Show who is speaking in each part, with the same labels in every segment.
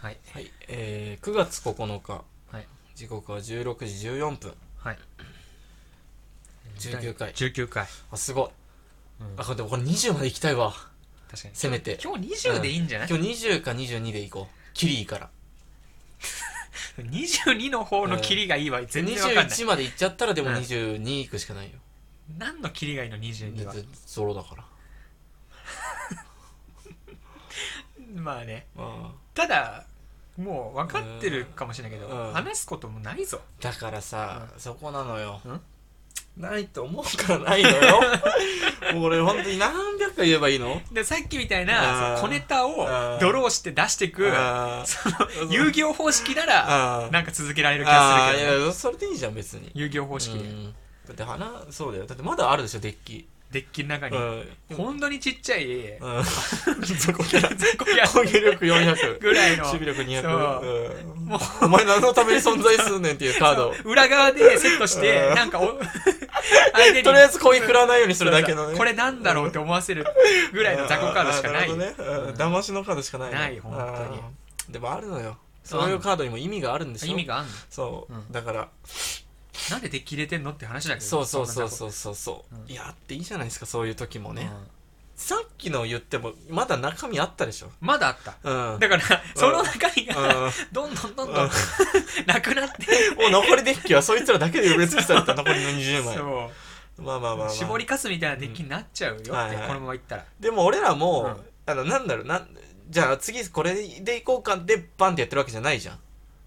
Speaker 1: はい
Speaker 2: はい、えー、9月9日、
Speaker 1: はい
Speaker 2: 時刻は16時14分
Speaker 1: はい
Speaker 2: 19回
Speaker 1: 19回、
Speaker 2: あすごい、
Speaker 1: うん
Speaker 2: あでもこれ20まで行きたいわ
Speaker 1: 確かに
Speaker 2: せめて
Speaker 1: 今日20でいいんじゃない、
Speaker 2: 今日20か22で行こうキリいいから
Speaker 1: 22の方のキリがいいわ、全然わかんない
Speaker 2: 21まで行っちゃったらでも
Speaker 1: うん
Speaker 2: 22行くしかないよ
Speaker 1: 何のキリがいいの22は
Speaker 2: ゾロだから
Speaker 1: まあね
Speaker 2: あ
Speaker 1: ただもう分かってるかもしれないけど、
Speaker 2: うん
Speaker 1: 話すこともないぞ
Speaker 2: だからさ、そこなのよ
Speaker 1: うん
Speaker 2: ないと思うからないの よもう俺本当に何百回言えばいいの
Speaker 1: でさっきみたい
Speaker 2: あー
Speaker 1: なその小ネタ
Speaker 2: あー
Speaker 1: をドローして出してく
Speaker 2: あー
Speaker 1: その遊戯王方式なら
Speaker 2: あー
Speaker 1: なんか続けられる気が
Speaker 2: あ
Speaker 1: するけどね、
Speaker 2: ーいやそれでいいじゃん別に
Speaker 1: 遊戯王方式で、
Speaker 2: うんだって花そうだよだってまだあるでしょデッキ
Speaker 1: デッキの中
Speaker 2: う
Speaker 1: に、
Speaker 2: ん
Speaker 1: ほんとにちっちゃい、
Speaker 2: うん そこから
Speaker 1: 雑魚や
Speaker 2: 攻撃力400
Speaker 1: ぐらいの
Speaker 2: 守備力
Speaker 1: そう
Speaker 2: 200うん
Speaker 1: もう
Speaker 2: お前何のために存在すんねんっていうカードを
Speaker 1: 裏側でセットして
Speaker 2: うん
Speaker 1: なんかお 相手に
Speaker 2: とりあえずコイン振らないようにするだけの
Speaker 1: そうそ
Speaker 2: ね
Speaker 1: うこれなんだろうって思わせるぐらいの雑魚カードしかない
Speaker 2: あーるほどねうん騙しのカードしかないの
Speaker 1: ない本当に
Speaker 2: あーでもあるのよそういうカードにも意味があるんでしょ
Speaker 1: 意味があんの
Speaker 2: そう、
Speaker 1: うん
Speaker 2: だから
Speaker 1: なんでデッキ入れてんのって話だけど
Speaker 2: そうそうそう
Speaker 1: う
Speaker 2: そうそうそう、
Speaker 1: うん
Speaker 2: いやあっていいじゃないですかそういう時もね、さっきの言ってもまだ中身あったでしょ
Speaker 1: まだあった
Speaker 2: うん
Speaker 1: だからその中身が
Speaker 2: うん
Speaker 1: どんどんどん
Speaker 2: う
Speaker 1: ど
Speaker 2: ん
Speaker 1: ん なくなって
Speaker 2: もう残りデッキはそいつらだけで埋め尽くされた残りの20枚
Speaker 1: そ
Speaker 2: まあまあまあ、まあ、
Speaker 1: う絞りかすみたいなデッキになっちゃうよってこ
Speaker 2: はいはい
Speaker 1: のままいったら
Speaker 2: でも俺らも、
Speaker 1: うん
Speaker 2: あのなんだろうなんじゃあ次これでいこうかでバンってやってるわけじゃないじゃん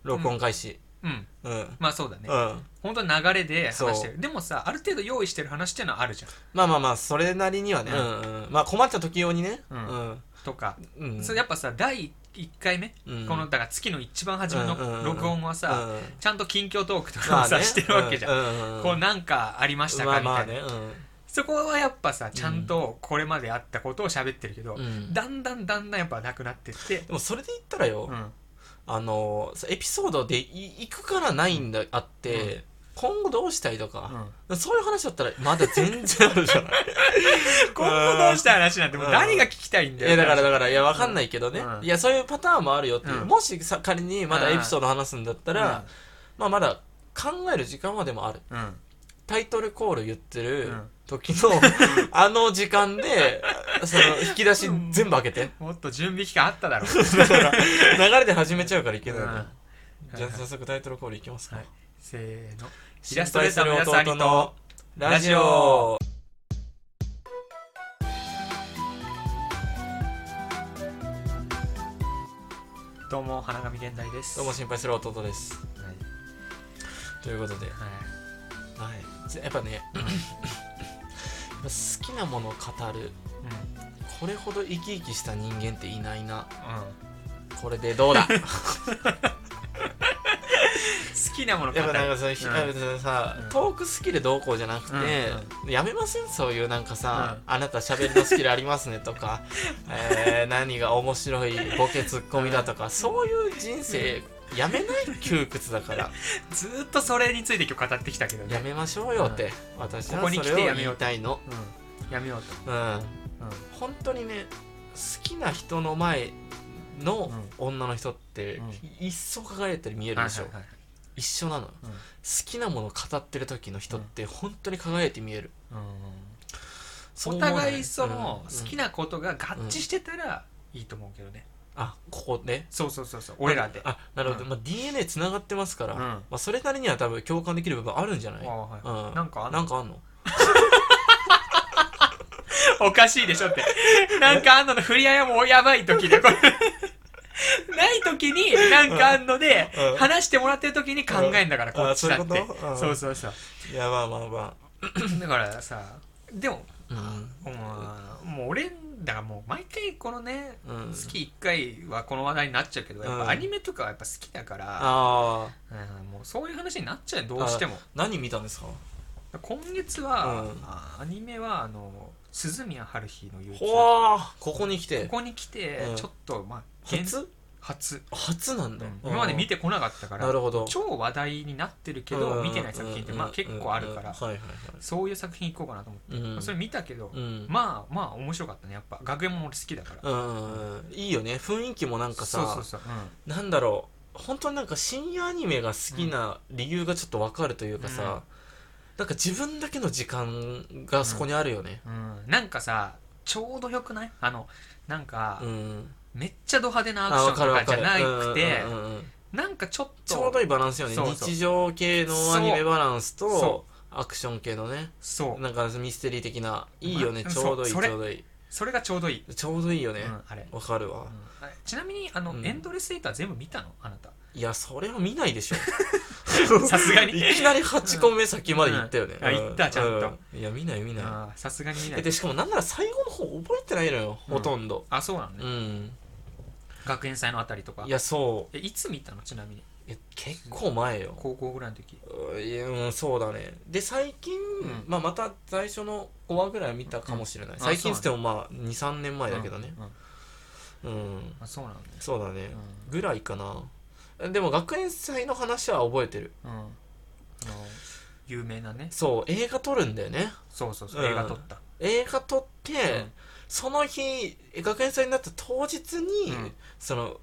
Speaker 2: 録音開始
Speaker 1: うん
Speaker 2: うん、うん
Speaker 1: まあそうだね本当に流れで話してるでもさある程度用意してる話っていうのはあるじゃん
Speaker 2: まあまあまあそれなりにはね、う
Speaker 1: うん
Speaker 2: んうんまあ困った時用にね
Speaker 1: うん
Speaker 2: うん、
Speaker 1: とか
Speaker 2: うん
Speaker 1: それやっぱさ第1回目
Speaker 2: うん
Speaker 1: このだから月の一番初め
Speaker 2: うんうんう
Speaker 1: の
Speaker 2: ん
Speaker 1: 録音はさ
Speaker 2: うん
Speaker 1: ちゃんと近況トークとかを さしてるわけじゃん
Speaker 2: ん
Speaker 1: こうなんかありました
Speaker 2: ま
Speaker 1: か
Speaker 2: あ
Speaker 1: みたい
Speaker 2: まあ
Speaker 1: な
Speaker 2: ねうん
Speaker 1: そこはやっぱさちゃんとこれまであったことを喋ってるけど、
Speaker 2: うん
Speaker 1: だんだんだんだんやっぱなくなってって、
Speaker 2: でもそれで言ったらよ、
Speaker 1: うん
Speaker 2: あのエピソードでいいくからないんだあって、今後どうしたいとか、そういう話だったらまだ全然あるじゃ ない
Speaker 1: 今後どうした話なんてもう何が聞きたいんだ
Speaker 2: い
Speaker 1: よ、
Speaker 2: やだからだからいやわかんないけどね、
Speaker 1: うん
Speaker 2: いやそういうパターンもあるよっていう、
Speaker 1: うん
Speaker 2: もしさ仮にまだエピソード話すんだったら、まあまだ考える時間はでもある
Speaker 1: うん、うん
Speaker 2: タイトルコール言ってる
Speaker 1: うん
Speaker 2: 時の、 あの時間でその引き出し全部開けて、
Speaker 1: もっと準備期間あっただ ろう、
Speaker 2: だから流れで始めちゃうからいけないの、
Speaker 1: うん
Speaker 2: じゃあ早速タイトルコールいきますか、
Speaker 1: はいせーの
Speaker 2: イ
Speaker 1: イ
Speaker 2: ラ
Speaker 1: ラ
Speaker 2: ス
Speaker 1: ス
Speaker 2: ト
Speaker 1: トレ
Speaker 2: レー
Speaker 1: ー
Speaker 2: タ
Speaker 1: タ
Speaker 2: ー
Speaker 1: ーの安
Speaker 2: の安兄
Speaker 1: 兄
Speaker 2: と
Speaker 1: と
Speaker 2: ラ
Speaker 1: ラ
Speaker 2: ジ
Speaker 1: ジ
Speaker 2: オ
Speaker 1: オどうも花神現代です
Speaker 2: どうも
Speaker 1: はい
Speaker 2: 心配する弟ですということで、は、
Speaker 1: はい
Speaker 2: やっ ぱねやっぱ好きなものを語る
Speaker 1: い
Speaker 2: これほど生き生きした人間っていないな
Speaker 1: うんうん
Speaker 2: これでどうだ
Speaker 1: 好きなもの語
Speaker 2: やっ
Speaker 1: る
Speaker 2: ぱなんかその、ひ
Speaker 1: うん
Speaker 2: やっぱさ、
Speaker 1: うん
Speaker 2: トークスキルどうこうじゃなくて、
Speaker 1: う
Speaker 2: やめませんそういうなんかさ、
Speaker 1: う
Speaker 2: あなた喋りのスキルありますねとか、 えー何が面白いボケツッコミだとか、そういう人生やめない窮屈だから
Speaker 1: ずーっとそれについて今日語ってきたけど
Speaker 2: や
Speaker 1: ね
Speaker 2: めましょうよって、私
Speaker 1: こ
Speaker 2: は
Speaker 1: こに
Speaker 2: そ
Speaker 1: 来て
Speaker 2: れを
Speaker 1: やめよ
Speaker 2: 言
Speaker 1: う
Speaker 2: いたいの
Speaker 1: うんやめよう
Speaker 2: うん
Speaker 1: と、うん
Speaker 2: 本当にね好きな人の前の女の人って、
Speaker 1: うん
Speaker 2: 一層輝いてる見えるでしょ、
Speaker 1: はいはいはい
Speaker 2: 一緒なのよ
Speaker 1: うん
Speaker 2: 好きなものを語ってる時の人って本当に輝いて見える、そう
Speaker 1: お
Speaker 2: 思わない
Speaker 1: 互いその
Speaker 2: うん
Speaker 1: 好きなことが合致してたらいいと思うけどね、
Speaker 2: あここね
Speaker 1: そうそうそうそう俺らで
Speaker 2: あなるほど、
Speaker 1: うん
Speaker 2: まあ、DNA つながってますから、
Speaker 1: うん
Speaker 2: まあ、それなりには多分共感できる部分あるんじゃない、
Speaker 1: あはい
Speaker 2: うん
Speaker 1: なんかあんの
Speaker 2: なんかあんの
Speaker 1: おかしいでしょ ってなんかあんのの振り合いはもうやばい時でこれない時になんかあんので
Speaker 2: うんうん
Speaker 1: 話してもらってる時に考えんだから
Speaker 2: うん
Speaker 1: こっちだっ
Speaker 2: あそうい
Speaker 1: て
Speaker 2: うことうん
Speaker 1: そうそうそう
Speaker 2: いやまあまあま
Speaker 1: だからさでも
Speaker 2: あ
Speaker 1: うんもう俺だからもう毎回このね
Speaker 2: うん、うん、
Speaker 1: 月1回はこの話題になっちゃうけどやっ
Speaker 2: うん
Speaker 1: ぱアニメとかはやっぱ好きだから、
Speaker 2: ああ
Speaker 1: うんもうそういう話になっちゃうよどうしても
Speaker 2: 何見たんですか
Speaker 1: 今月は、
Speaker 2: うん
Speaker 1: あアニメはあの鈴宮春日の YouTube こ
Speaker 2: ほーここに来て
Speaker 1: こに来て、
Speaker 2: うん
Speaker 1: ちょっとまあ原
Speaker 2: 初
Speaker 1: 初、
Speaker 2: 初なんだ、
Speaker 1: 今まで見てこなかったか
Speaker 2: な
Speaker 1: ら
Speaker 2: るほど
Speaker 1: 超話題になってるけ
Speaker 2: うん
Speaker 1: ど
Speaker 2: うん
Speaker 1: 見てない作品ってまあ結構あるから
Speaker 2: うんうんうんはいはい
Speaker 1: そういう作品行こうかなと思って、
Speaker 2: はいうん
Speaker 1: それ見たけど、
Speaker 2: うん
Speaker 1: まあまあ面白かったねやっぱ学園も俺好きだから、
Speaker 2: うんいいよね雰囲気もなんかさ
Speaker 1: そうそうそう、う
Speaker 2: なんだろう本当になんか深夜アニメが好きな理由がちょっとわかるというかさ、
Speaker 1: うん
Speaker 2: なんか自分だけの時間がそこにあるよね
Speaker 1: んうんなんかさちょうどよくないあのなんか、
Speaker 2: うん、
Speaker 1: めっちゃド派手な
Speaker 2: あ
Speaker 1: ア
Speaker 2: わ
Speaker 1: クショ
Speaker 2: か
Speaker 1: ン
Speaker 2: る
Speaker 1: と
Speaker 2: わ
Speaker 1: かじ
Speaker 2: か
Speaker 1: ゃ
Speaker 2: る
Speaker 1: なくて、
Speaker 2: うんうんうんうん
Speaker 1: なんかちょっと
Speaker 2: ちょうどいいバランスよね
Speaker 1: そうそう
Speaker 2: 日常系のアニメバランスと
Speaker 1: そ
Speaker 2: アクション系のね
Speaker 1: そう
Speaker 2: なんかミステリー的ないいよね
Speaker 1: ま
Speaker 2: ちょうどいいち
Speaker 1: そうそれ
Speaker 2: ょうどいい
Speaker 1: それがちょうどいい、
Speaker 2: ちょうどいいよね
Speaker 1: うん、あれ、
Speaker 2: わかる
Speaker 1: う
Speaker 2: わ、
Speaker 1: んあちなみにあの、
Speaker 2: うん
Speaker 1: エンドレスエイター全部見たのあなた
Speaker 2: いやそれは見ないでしょ
Speaker 1: さすがに
Speaker 2: いきなり8個目先まで行ったよね、
Speaker 1: うんあ行ったちゃんと
Speaker 2: ういや見ない見ない
Speaker 1: あーさすがに見な
Speaker 2: え
Speaker 1: い
Speaker 2: でしかもなんなら最後の方覚えてないのよ、
Speaker 1: うん
Speaker 2: ほとんど
Speaker 1: あそうなの
Speaker 2: う
Speaker 1: ね、
Speaker 2: ん
Speaker 1: 学園祭のあたりとか
Speaker 2: いやそ
Speaker 1: えいつ見たのちなみに
Speaker 2: うえ結構前よ
Speaker 1: 高校ぐらいの時
Speaker 2: うんいやうんそうだねで最近、
Speaker 1: ん
Speaker 2: まあ、また最初の5話ぐらいは見たかもしれない、
Speaker 1: うんあ
Speaker 2: 最近っつってもまあ23年前だけどね
Speaker 1: うんうん
Speaker 2: うん、
Speaker 1: あそうなんだよ
Speaker 2: そうだね、ぐらいかなでも学園祭の話は覚えてる
Speaker 1: うん、うん、あの有名なね
Speaker 2: そう映画撮るんだよね
Speaker 1: そうそうそう、
Speaker 2: うん
Speaker 1: 映画撮った、
Speaker 2: 映画撮って、
Speaker 1: うん
Speaker 2: その日学園祭になった当日に、
Speaker 1: うん
Speaker 2: その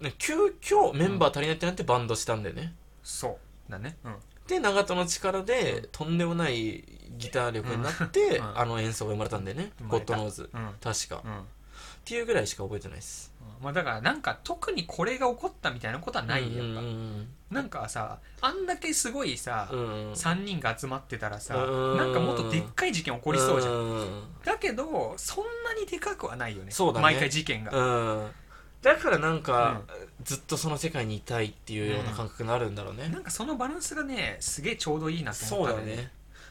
Speaker 2: ね急遽メンバー足りないってなってバンドしたんだよね、
Speaker 1: そうだねうん
Speaker 2: で長門の力で、
Speaker 1: うん
Speaker 2: とんでもないギター力になって、
Speaker 1: うんうん
Speaker 2: あの演奏が生まれたんだよね、
Speaker 1: 生ま
Speaker 2: ゴ
Speaker 1: れ
Speaker 2: ッ
Speaker 1: た
Speaker 2: ドノーズ
Speaker 1: うん
Speaker 2: 確か、っ
Speaker 1: うん
Speaker 2: ていうぐらいしか覚えてないです
Speaker 1: まあ、だからなんか特にこれが起こったみたいなことはないよ、
Speaker 2: うんうん
Speaker 1: やっぱなんかさあんだけすごいさ、
Speaker 2: うんうんうん
Speaker 1: 3人が集まってたらさ、
Speaker 2: うん
Speaker 1: なんかもっとでっかい事件起こりそうじゃん、
Speaker 2: ん
Speaker 1: だけどそんなにでかくはないよね
Speaker 2: そうだね
Speaker 1: 毎回事件が、
Speaker 2: うんだからなんか、ずっとその世界にいたいっていうような感覚になるんだろうね、
Speaker 1: なんかそのバランスがねすげえちょうどいいなと
Speaker 2: そ
Speaker 1: 思
Speaker 2: う
Speaker 1: った
Speaker 2: だね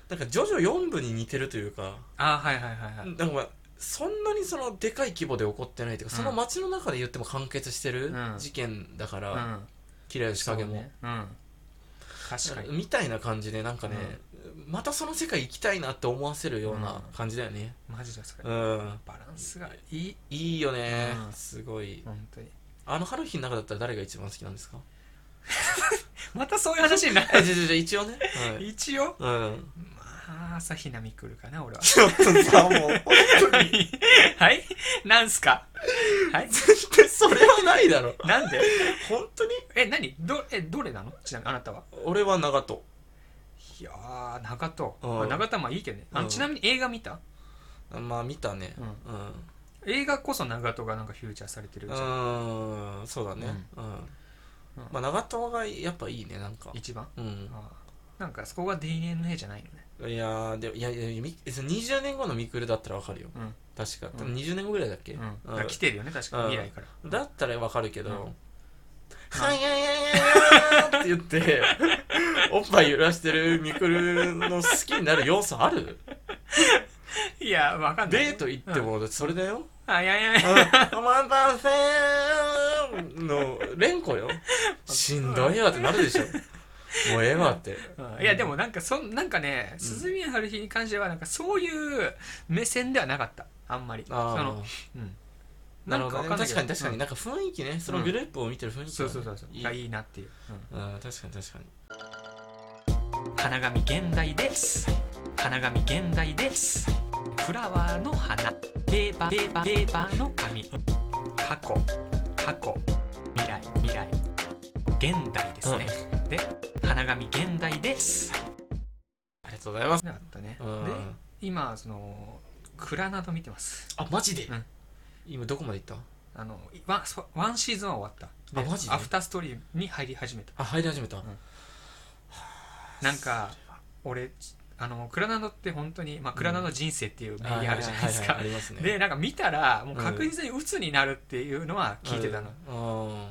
Speaker 2: なんかジョジョ4部に似てるというか、
Speaker 1: ああはいはいはいはい、
Speaker 2: なんかそんなにそのでかい規模で起こってないというか、
Speaker 1: うん
Speaker 2: その街の中で言っても完結してる
Speaker 1: うん
Speaker 2: 事件だから、
Speaker 1: うん
Speaker 2: 綺麗な仕掛けも、
Speaker 1: そうねうん確かに
Speaker 2: みたいな感じでなんかね、またその世界行きたいなって思わせるような感じだよね
Speaker 1: マジでそれ、
Speaker 2: うん、
Speaker 1: バランスがいい
Speaker 2: いいよね、
Speaker 1: うん
Speaker 2: すごい
Speaker 1: 本当に
Speaker 2: あの春日の中だったら誰が一番好きな んですか
Speaker 1: またそういう話にな
Speaker 2: えじゃじゃじゃ一応ね、は
Speaker 1: る
Speaker 2: い、
Speaker 1: 一応
Speaker 2: うん
Speaker 1: まあ朝比奈美来るかな俺は
Speaker 2: ちょっとさもう
Speaker 1: はい はいなんすかはい
Speaker 2: 絶対それはないだろ
Speaker 1: なんで
Speaker 2: 本当に
Speaker 1: え何どえどれなのちなみにあなたは
Speaker 2: 俺は長門
Speaker 1: いやー長門、
Speaker 2: うん
Speaker 1: まあ、長門まあいいけどねあの、
Speaker 2: うん
Speaker 1: ちなみに映画見た
Speaker 2: まあ見たね
Speaker 1: うん
Speaker 2: うん
Speaker 1: 映画こそ長門がなんかフューチャーされてるじゃん、
Speaker 2: うんそうだねうん、
Speaker 1: うん
Speaker 2: まあ長友がやっぱいいねなんか
Speaker 1: 一番
Speaker 2: うん
Speaker 1: あーなんかそこが DNA じゃないのね
Speaker 2: いやーでいやいやみえその20年後のミクルだったらわかるよ
Speaker 1: うん
Speaker 2: 確か、多
Speaker 1: う
Speaker 2: 分
Speaker 1: ん
Speaker 2: 20年後ぐらいだっけ、
Speaker 1: うん、だ
Speaker 2: うん
Speaker 1: から来てるよね確かに
Speaker 2: うん
Speaker 1: 未来から、
Speaker 2: だったらわかるけど
Speaker 1: うん
Speaker 2: 「はいやいやいやいや」って言 っておっぱい揺らしてるミクルの好きになる要素ある
Speaker 1: いやわかんない
Speaker 2: デート行ってもそれだよ
Speaker 1: あいやいや
Speaker 2: 「
Speaker 1: いや
Speaker 2: あマンパンセーン」の連 呼よしんどいわってなるでしょもうええわって
Speaker 1: うんいやでもなんかそんなんかね鈴宮春日に関してはなんかそういう目線ではなかったあんまりそ
Speaker 2: あ
Speaker 1: の、うん、
Speaker 2: あなるほど、
Speaker 1: ん
Speaker 2: ね、
Speaker 1: わんない
Speaker 2: 確
Speaker 1: け
Speaker 2: かに確かに、
Speaker 1: うん
Speaker 2: なんか雰囲気ねそのグループを見てる雰囲気、ね
Speaker 1: そうそうそうそうい
Speaker 2: い
Speaker 1: いが
Speaker 2: い
Speaker 1: いいなっていう、
Speaker 2: うん確かに確かに
Speaker 1: うん花紙現代です花紙現代ですフラワーの花ペーパーペーパーペーパーの紙過去過去未来未来現代ですね、で花紙現代です
Speaker 2: ありがとうございます
Speaker 1: なかったね、
Speaker 2: うん
Speaker 1: で今その蔵など見てます
Speaker 2: あマジで、
Speaker 1: うん
Speaker 2: 今どこまで行った
Speaker 1: あのワンそワンシーズンは終わった
Speaker 2: あマジで
Speaker 1: アフターストーリーに入り始めた
Speaker 2: あ入り始めた、
Speaker 1: んなんか俺あのクラナドって本当にまあクラナド人生っていう名義あるじゃないです
Speaker 2: は
Speaker 1: か
Speaker 2: はははありますね
Speaker 1: でなんか見たらもう確実に鬱になるっていうのは聞いてたの、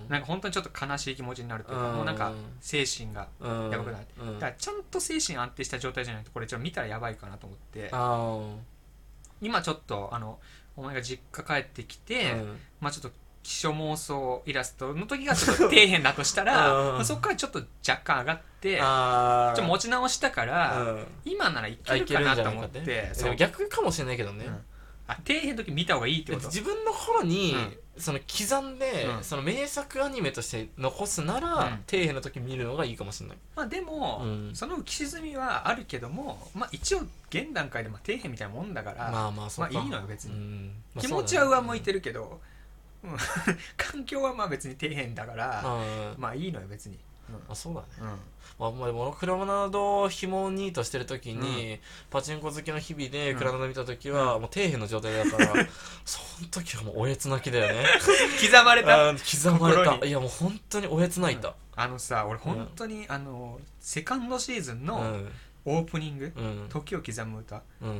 Speaker 2: うん
Speaker 1: なんか本当にちょっと悲しい気持ちになるというか、
Speaker 2: うん
Speaker 1: もうなんか精神が
Speaker 2: うん
Speaker 1: やばくなって、
Speaker 2: うん
Speaker 1: だからちゃんと精神安定した状態じゃないとこれちょっと見たらやばいかなと思って
Speaker 2: あ
Speaker 1: 今ちょっとあのお前が実家帰ってきて、
Speaker 2: ーうん
Speaker 1: まあちょっと気象妄想イラストの時がちょっと底辺だとしたら
Speaker 2: うん
Speaker 1: まあそこからちょっと若干上がってちょ
Speaker 2: あ
Speaker 1: っと持ち直したから、
Speaker 2: うん
Speaker 1: 今ならい
Speaker 2: あ
Speaker 1: け
Speaker 2: い
Speaker 1: る
Speaker 2: け
Speaker 1: か
Speaker 2: るん
Speaker 1: な
Speaker 2: じゃ
Speaker 1: と
Speaker 2: ない
Speaker 1: 思
Speaker 2: か
Speaker 1: っ
Speaker 2: って
Speaker 1: て
Speaker 2: でも逆かもしれないけどね、
Speaker 1: うんあ底辺の時見た方がいいって
Speaker 2: だ
Speaker 1: こ
Speaker 2: って
Speaker 1: と
Speaker 2: 自分の頃に、
Speaker 1: うん
Speaker 2: その刻んで、
Speaker 1: うん
Speaker 2: その名作アニメとして残すなら、
Speaker 1: うん
Speaker 2: 底辺の時見るのがいいかもしれない
Speaker 1: まあでも、
Speaker 2: うん
Speaker 1: その浮き沈みはあるけども、まあ、一応現段階でまあ底辺みたいなもんだから、
Speaker 2: まあまあそうか、
Speaker 1: まあいいのよ別に
Speaker 2: うんまあ
Speaker 1: 気持ちは上向い
Speaker 2: る
Speaker 1: てるけど、うん 環境はまあ別に底辺だから、
Speaker 2: あ
Speaker 1: まあいいのよ別に、
Speaker 2: あそうだね、
Speaker 1: うん
Speaker 2: まあ、お前モノクロナドを紐ニートしてる時に、パチンコ好きの日々で
Speaker 1: うん
Speaker 2: クラナド見た時は、もう底辺の状態だから、 その時はもうおえつ泣きだよね
Speaker 1: 刻まれた
Speaker 2: あー刻まれ
Speaker 1: 心
Speaker 2: た
Speaker 1: に
Speaker 2: いやもう本当におえつ泣いた、
Speaker 1: あのさ俺本当に、あのセカンドシーズン
Speaker 2: うん
Speaker 1: のオープニング
Speaker 2: うんうん
Speaker 1: 「時を刻む歌」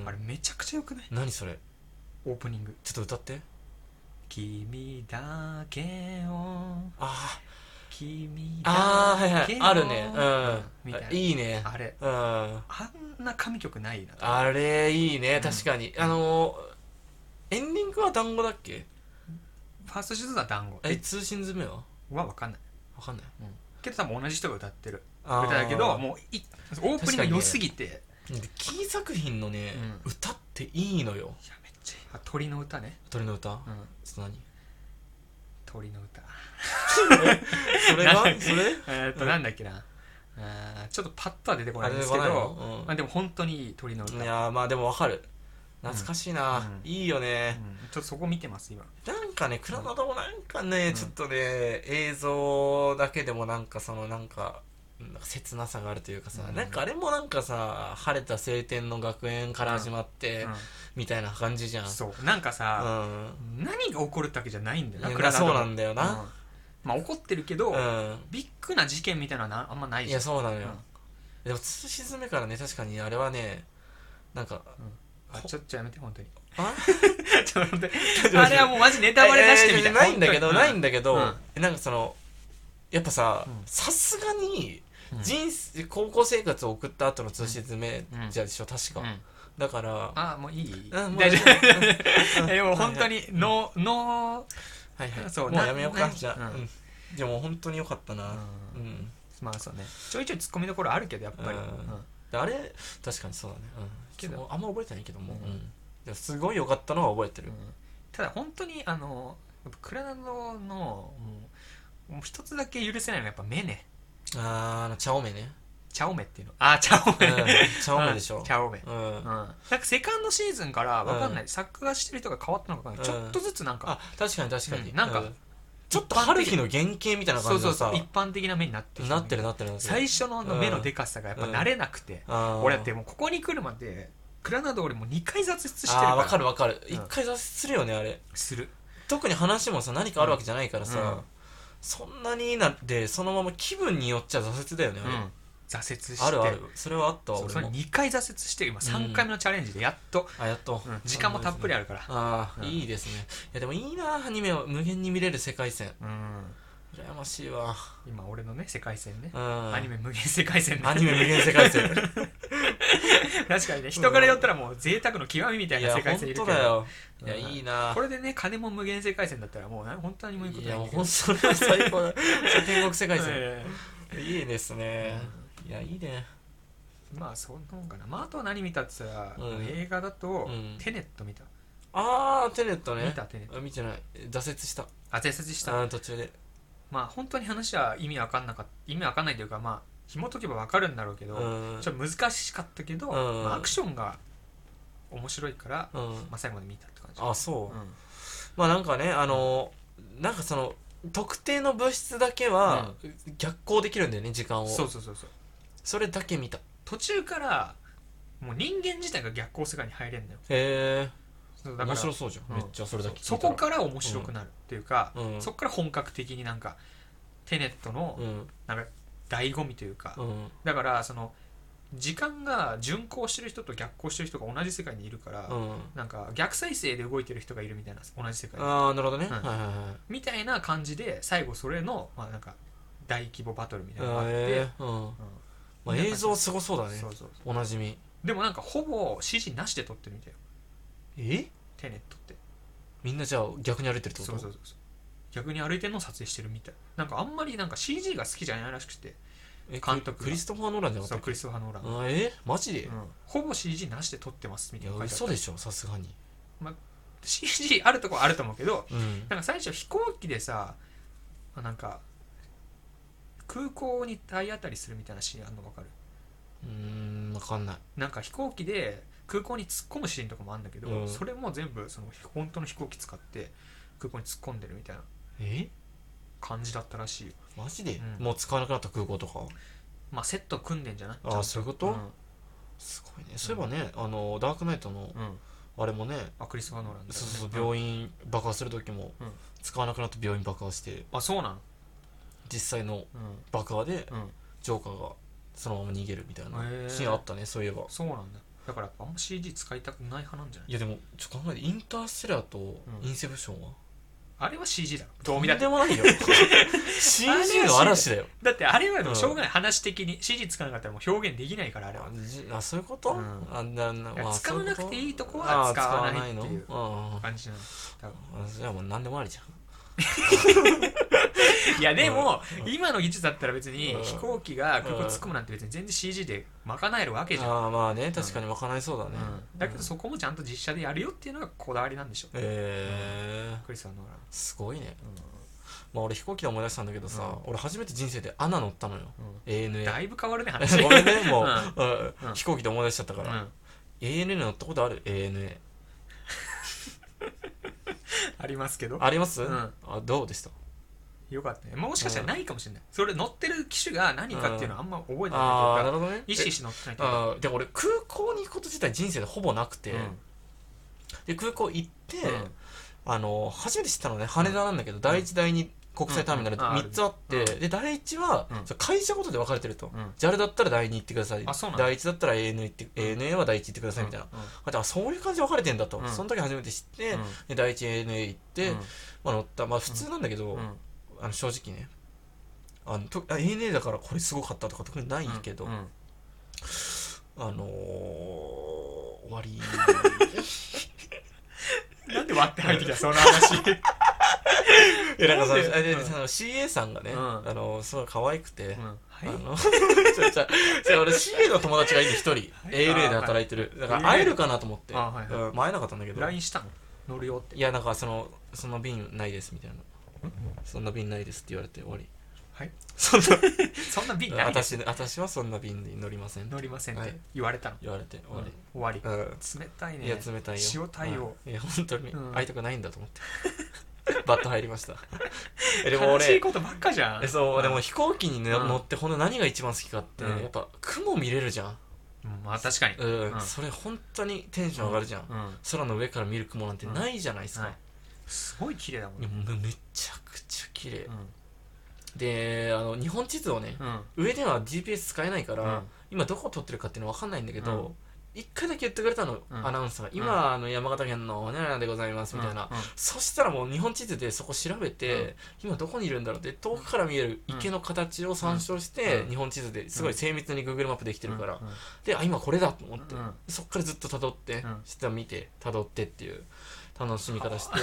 Speaker 1: あれめちゃくちゃよくない
Speaker 2: 何それ
Speaker 1: オープニング
Speaker 2: ちょっと歌って
Speaker 1: 「君だけを
Speaker 2: あ
Speaker 1: 君
Speaker 2: ー
Speaker 1: だ
Speaker 2: あーはいはい
Speaker 1: けを」
Speaker 2: あるねう
Speaker 1: み
Speaker 2: ん
Speaker 1: たいない
Speaker 2: いね
Speaker 1: あれ
Speaker 2: うん
Speaker 1: あんな神曲ないな
Speaker 2: あれいいね
Speaker 1: ん
Speaker 2: 確かに、あのーエンディングは団子だっけ
Speaker 1: ファーストシーズンは団子
Speaker 2: え通信詰めは
Speaker 1: は分かんない
Speaker 2: わかんない
Speaker 1: けど多分同じ人が歌ってる
Speaker 2: あー
Speaker 1: 歌だけどもういオープニング良すぎて、
Speaker 2: でキー作品のね、
Speaker 1: う
Speaker 2: 歌っていいのよ
Speaker 1: いやめっちゃいいあ鳥の歌ね、
Speaker 2: 鳥の歌、
Speaker 1: うん、
Speaker 2: ちょっと何
Speaker 1: 鳥の歌
Speaker 2: それ
Speaker 1: な
Speaker 2: がそれ
Speaker 1: えーっと、
Speaker 2: うん
Speaker 1: なんだっけなあーちょっとパッとは出てこないんですけ
Speaker 2: あ出て
Speaker 1: ど
Speaker 2: こないのうん
Speaker 1: まあ、でも本当にいい鳥の歌、
Speaker 2: いやーまあでもわかる懐かしいな、
Speaker 1: うん
Speaker 2: いいよ
Speaker 1: うん
Speaker 2: ね、
Speaker 1: ちょっとそこ見てます今
Speaker 2: なんかねクラナドもなんかね、
Speaker 1: うん
Speaker 2: ちょっとね映像だけでもなんかそのなんかなんか切なさがあるというかさ、
Speaker 1: うん
Speaker 2: なんかあれもなんかさ晴れた晴天の学園から始まって、
Speaker 1: う
Speaker 2: みたいな感じじゃん
Speaker 1: ん、そうなんか
Speaker 2: う
Speaker 1: さ、
Speaker 2: ん
Speaker 1: 何が起こるってわけじゃないんだよない
Speaker 2: や
Speaker 1: クラナド
Speaker 2: そうなんだよな
Speaker 1: うんまあ怒ってるけど、
Speaker 2: うん、
Speaker 1: ビッグな事件みたいなのはなあんまない
Speaker 2: い
Speaker 1: じゃ
Speaker 2: や
Speaker 1: ん
Speaker 2: そうなのよ、
Speaker 1: うん
Speaker 2: でもつ沈めからね確かにあれはねなんか
Speaker 1: あちょっとやめて本当 に
Speaker 2: あ
Speaker 1: ちょっと待ってあれはもうマジネタバレ出してみた
Speaker 2: えーないんだけどないん
Speaker 1: だ
Speaker 2: だけど、
Speaker 1: うん
Speaker 2: なんかそのやっぱさ
Speaker 1: うん
Speaker 2: さすがに人生高校生活を送った後の通信詰め
Speaker 1: うん
Speaker 2: じゃでしょ確か、
Speaker 1: うん、
Speaker 2: だから
Speaker 1: あもういい
Speaker 2: うんもう
Speaker 1: 大丈
Speaker 2: うん
Speaker 1: 夫 えもう本当に
Speaker 2: うん
Speaker 1: ノーノ
Speaker 2: はいはい
Speaker 1: そう
Speaker 2: もう
Speaker 1: な
Speaker 2: やめようか
Speaker 1: な
Speaker 2: じゃあ、
Speaker 1: う
Speaker 2: うんんでも本当によかった
Speaker 1: ー
Speaker 2: なうん、
Speaker 1: まあそうねちょいちょいツッコミどころあるけどやっぱり、
Speaker 2: うん
Speaker 1: うん
Speaker 2: であれ確かにそうだね、うん、
Speaker 1: けど
Speaker 2: そうあんま覚えてないけども、
Speaker 1: うん
Speaker 2: うんでもすごい良かったのは覚えてる、
Speaker 1: ただ本当にあのやっぱクラナドのもうもう一つだけ許せないのはやっぱ目ね
Speaker 2: あーあの茶おめね、
Speaker 1: チャオメっていうのあチャオ
Speaker 2: う
Speaker 1: メ、
Speaker 2: ん、茶おめでしょ
Speaker 1: チ、ャオメ
Speaker 2: う
Speaker 1: うん、
Speaker 2: ん、
Speaker 1: なんかセカンドシーズンからわかんない、作画してる人が変わったのかわかんない、
Speaker 2: うん
Speaker 1: ちょっとずつなんか
Speaker 2: あ確かに確かに、
Speaker 1: うんなんか
Speaker 2: うちょっと春日の原型みたいな
Speaker 1: そ
Speaker 2: 感
Speaker 1: う
Speaker 2: じ
Speaker 1: そ
Speaker 2: の
Speaker 1: う
Speaker 2: さ
Speaker 1: そう一般的な目になってきた
Speaker 2: なってるなってるなってる
Speaker 1: 最初のあの目のでかさがやっぱ慣れなくて、
Speaker 2: あー
Speaker 1: 俺だってもうここに来るまでクラナド俺もう2回挫折してる
Speaker 2: あーわか
Speaker 1: から
Speaker 2: るわかる
Speaker 1: うん
Speaker 2: 一回挫折するよねあれ
Speaker 1: する
Speaker 2: 特に話もさ何かあるわけじゃないからさ、
Speaker 1: うん
Speaker 2: そんなになんでそのまま気分によっちゃ挫折だよねあれ、
Speaker 1: 挫折して
Speaker 2: あるあるそれはあったわ
Speaker 1: そうそ
Speaker 2: 俺
Speaker 1: れ
Speaker 2: も
Speaker 1: 2回挫折して今3回目のチャレンジでやっと、
Speaker 2: あやっと、
Speaker 1: うん時間もたっぷりあ
Speaker 2: る
Speaker 1: るから
Speaker 2: あ
Speaker 1: うん
Speaker 2: ーいいですねいやでもいいなアニメを無限に見れる世界線
Speaker 1: うん
Speaker 2: 羨ましいわ
Speaker 1: 今俺のね世界線ね
Speaker 2: う、ん
Speaker 1: アニメ無限世界線ね
Speaker 2: アニメ無限世界線
Speaker 1: 確かにね人から寄ったらもう贅沢の極みみたい
Speaker 2: い
Speaker 1: な
Speaker 2: や
Speaker 1: 世界
Speaker 2: 本
Speaker 1: 線いる
Speaker 2: 当
Speaker 1: けど
Speaker 2: だよいや
Speaker 1: うん
Speaker 2: いいな
Speaker 1: これでね金も無限世界線だったらもうな本当にもういいこと
Speaker 2: い
Speaker 1: な
Speaker 2: や
Speaker 1: い
Speaker 2: もうん
Speaker 1: だけ
Speaker 2: ほ
Speaker 1: ど
Speaker 2: んとそれは最高だそう天国世界線
Speaker 1: え
Speaker 2: いいですねいやいいね
Speaker 1: えまあそんなもんかな、まあ、あとは何見たって言ったら、
Speaker 2: うん
Speaker 1: 映画だと、
Speaker 2: うん
Speaker 1: テネット見た
Speaker 2: あーテネットね
Speaker 1: 見たテネット
Speaker 2: あ見てない挫折した
Speaker 1: あ絶殺した
Speaker 2: あー途中で
Speaker 1: まあ本当に話は意味わかんなかった意味わかんないというかまあ紐解けばわかるんだろうけ
Speaker 2: う
Speaker 1: ど、
Speaker 2: ん
Speaker 1: ちょっと難しかったけど、
Speaker 2: うん
Speaker 1: まあ、アクションが面白いから、
Speaker 2: うん
Speaker 1: まあ、最後まで見たって感じ
Speaker 2: あそううんまあなんかねあのなんかその特定の物質だけは逆行できるんだよね時間を
Speaker 1: そうそうそうそう
Speaker 2: それだけ見た
Speaker 1: 途中からもう人間自体が逆行世界に入れんだよ
Speaker 2: へえ
Speaker 1: そうだか
Speaker 2: 面
Speaker 1: ら
Speaker 2: 白そうじゃ
Speaker 1: うん
Speaker 2: んめっちゃそれだけ
Speaker 1: そこから面白くなるっていうか、
Speaker 2: うん
Speaker 1: そこから本格的になんかテネットの
Speaker 2: うん
Speaker 1: なんか醍醐味というか、
Speaker 2: うん
Speaker 1: だからその時間が順行してる人と逆行してる人が同じ世界にいるから、
Speaker 2: うん
Speaker 1: なんか逆再生で動いてる人がいるみたいな同じ世界に
Speaker 2: ああなるほどね
Speaker 1: うん
Speaker 2: はいはいはい
Speaker 1: みたいな感じで最後それの、まあ、なんか大規模バトルみたいなのがあ
Speaker 2: あ
Speaker 1: っ
Speaker 2: ー
Speaker 1: て、
Speaker 2: へえうん
Speaker 1: うん
Speaker 2: まあ映像すごそうだね
Speaker 1: そうそう
Speaker 2: おなじみ
Speaker 1: でもなんかほぼ指示なしで撮ってるみたいよ
Speaker 2: え
Speaker 1: テネットって
Speaker 2: みんなじゃあ逆に歩いてるってこ
Speaker 1: そう
Speaker 2: と
Speaker 1: そうそうそう逆に歩いてるのを撮影してるみたいなんかあんまりなんか CG が好きじゃないらしくて
Speaker 2: え
Speaker 1: 監督が
Speaker 2: クリストファー・ノーランじゃな
Speaker 1: そ
Speaker 2: かっ
Speaker 1: う
Speaker 2: た
Speaker 1: ク
Speaker 2: っ
Speaker 1: リストファー・ノーラン
Speaker 2: けあえマジで、
Speaker 1: うんほぼ CG なしで撮ってますみ
Speaker 2: い
Speaker 1: たい
Speaker 2: や
Speaker 1: な書いてあ
Speaker 2: 嘘
Speaker 1: る
Speaker 2: でしょさすがに
Speaker 1: CG あるとこはあると思うけど
Speaker 2: うん
Speaker 1: なんか最初飛行機でさあなんか空港に体当たりするみたいなシーンあるの分かる
Speaker 2: うーん分かんない
Speaker 1: なんか飛行機で空港に突っ込むシーンとかもあるんだけど、
Speaker 2: うん
Speaker 1: それも全部その本当の飛行機使って空港に突っ込んでるみたいな
Speaker 2: え
Speaker 1: 感じだったらしいよ
Speaker 2: マジで、
Speaker 1: うん
Speaker 2: もう使わなくなった空港とか
Speaker 1: まあセット組んでんじゃない
Speaker 2: あ
Speaker 1: ちゃんと
Speaker 2: そういうことすごいねそういえばね、あのダークナイトの
Speaker 1: うん、うん、
Speaker 2: あれもね、
Speaker 1: あクリスマ・ノーランだよね
Speaker 2: そうそうそう
Speaker 1: うん
Speaker 2: 病院爆破する時も、
Speaker 1: うん
Speaker 2: 使わなくなった病院爆破して
Speaker 1: あそうなの
Speaker 2: 実際の
Speaker 1: うん
Speaker 2: 爆破で
Speaker 1: うん
Speaker 2: ジョーカーがそのまま逃げるみたいな
Speaker 1: へー
Speaker 2: シーンあったねそういえば
Speaker 1: そうなんだだからやっぱあんま CG 使いたくない派なんじゃない
Speaker 2: いやでもちょっと考えてインターステラーと
Speaker 1: ん
Speaker 2: インセプションは、
Speaker 1: あれは CG だろどう見たっ
Speaker 2: と
Speaker 1: て
Speaker 2: んでもない よ CG の嵐だよ
Speaker 1: だってあれはでもしょうがない、話的に CG 使わなかったらもう表現できないからあれは
Speaker 2: あじあそういうこと、
Speaker 1: うん
Speaker 2: あななまあ
Speaker 1: 使わなく
Speaker 2: そう
Speaker 1: て
Speaker 2: いう
Speaker 1: いいとこ
Speaker 2: こ
Speaker 1: は
Speaker 2: と
Speaker 1: 使わないっていう
Speaker 2: あー使わないの
Speaker 1: 感じなの多分
Speaker 2: うんうんじゃあもう何でもありじゃん
Speaker 1: いやでも、今の技術だったら別に
Speaker 2: うん
Speaker 1: 飛行機が空港突っ込むなんて別に全然 CG で賄えるわけじゃん、
Speaker 2: ああまあね確かに賄いそうだね、
Speaker 1: うんだけどそこもちゃんと実写でやるよっていうのがこだわりなんでしょ
Speaker 2: えー、
Speaker 1: クリスはノーラン
Speaker 2: すごいね、まあ俺飛行機で思い出したんだけどさ、俺初めて人生でアナ乗ったのよ、
Speaker 1: う
Speaker 2: ANA
Speaker 1: だいぶ変わるね話
Speaker 2: ごめんねもう、
Speaker 1: ん
Speaker 2: うん飛行機で思い出しちゃったか
Speaker 1: う
Speaker 2: ら、
Speaker 1: ん
Speaker 2: ANA 乗ったことある ANA
Speaker 1: ありますけど
Speaker 2: あります、
Speaker 1: うん
Speaker 2: あどうでした
Speaker 1: よかったねもしかしたらないかもしれない、それ乗ってる機種が何かっていうのはあんま覚えてないという
Speaker 2: ああな
Speaker 1: か
Speaker 2: るほどね
Speaker 1: 意識して乗ってないというか
Speaker 2: あーで俺空港に行くこと自体人生でほぼなくて、
Speaker 1: うん
Speaker 2: で空港行って、
Speaker 1: うん
Speaker 2: あの初めて知ったのね羽田なんだけど、第一第二国際ターミナル
Speaker 1: うんうんあー
Speaker 2: 3つあって、
Speaker 1: う
Speaker 2: で第一は、
Speaker 1: うん
Speaker 2: そう会社ごとで分かれてると、
Speaker 1: うん
Speaker 2: JAL だったら第二行ってください
Speaker 1: あそうなんだ
Speaker 2: 第一だったら ANA 行って ANA は第一行ってくださいみたいな、あとあそういう感じで分かれてんだと、
Speaker 1: うん
Speaker 2: その時初めて知って、
Speaker 1: うん
Speaker 2: で第一 ANA 行って、
Speaker 1: うん
Speaker 2: まあ、乗ったまあ普通なんだけど、
Speaker 1: うん
Speaker 2: あの正直ねあのとあ ANA だからこれすごかったとか特にないけど、
Speaker 1: うんうん
Speaker 2: あのー、終わ り
Speaker 1: なんで割って入ってきたその話
Speaker 2: えなんかその
Speaker 1: なんで
Speaker 2: あで
Speaker 1: うん
Speaker 2: その CA さんがね、
Speaker 1: うん
Speaker 2: あのすごい可愛くて、
Speaker 1: うんはい
Speaker 2: あの ちょちょちょ俺 CA の友達がいる一人、ALA で働いてるだから会えるかなと思って、
Speaker 1: あはいはい
Speaker 2: うんまあ会えなかったんだけど
Speaker 1: LINE したの乗るよって
Speaker 2: いやなんかそのその便ないですみたいなそんな便ないですって言われて終わり
Speaker 1: はい
Speaker 2: そんな
Speaker 1: そんな便ないです
Speaker 2: 私私はそんな便に乗りませんって
Speaker 1: 乗りませんっ
Speaker 2: は
Speaker 1: て
Speaker 2: い
Speaker 1: 言われたの、
Speaker 2: 言われて終わり、
Speaker 1: 終わり、
Speaker 2: うん
Speaker 1: 冷たいね
Speaker 2: いや冷たいよ
Speaker 1: 塩対応、
Speaker 2: はいいや本当に
Speaker 1: うん
Speaker 2: 会いたくないんだと思って バッと入りま したえでも
Speaker 1: 悲しい
Speaker 2: 俺
Speaker 1: ことばっかじゃん
Speaker 2: えそうでも飛行機にね
Speaker 1: うん
Speaker 2: 乗ってほんと何が一番好きかって
Speaker 1: うん
Speaker 2: やっぱ雲見れるじゃん
Speaker 1: うんまあ確かに、
Speaker 2: うん
Speaker 1: うん
Speaker 2: それ本当にテンション上がるじゃん
Speaker 1: うん
Speaker 2: 空の上から見る雲なんてないじゃないです
Speaker 1: は
Speaker 2: か
Speaker 1: い、すごい綺麗だもん
Speaker 2: いや
Speaker 1: ね、
Speaker 2: もうめちゃくちゃ綺麗
Speaker 1: うん
Speaker 2: であの日本地図をね
Speaker 1: うん
Speaker 2: 上では GPS 使えないから、
Speaker 1: うん
Speaker 2: 今どこを撮ってるかっていうの分かんないんだけど、一回だけ言ってくれたの、
Speaker 1: うん
Speaker 2: アナウンサーが今、あの山形県の何々でございますみたいな、
Speaker 1: うんうん
Speaker 2: そしたらもう日本地図でそこ調べて、今どこにいるんだろうって遠くから見える
Speaker 1: うん
Speaker 2: 池の形を参照して、
Speaker 1: うん
Speaker 2: 日本地図ですごい精密に Google マップできてるから、
Speaker 1: うんうん
Speaker 2: であ今これだと思って、
Speaker 1: うん
Speaker 2: そっからずっと辿って、
Speaker 1: ん
Speaker 2: 下見て辿ってっていう楽しみ方して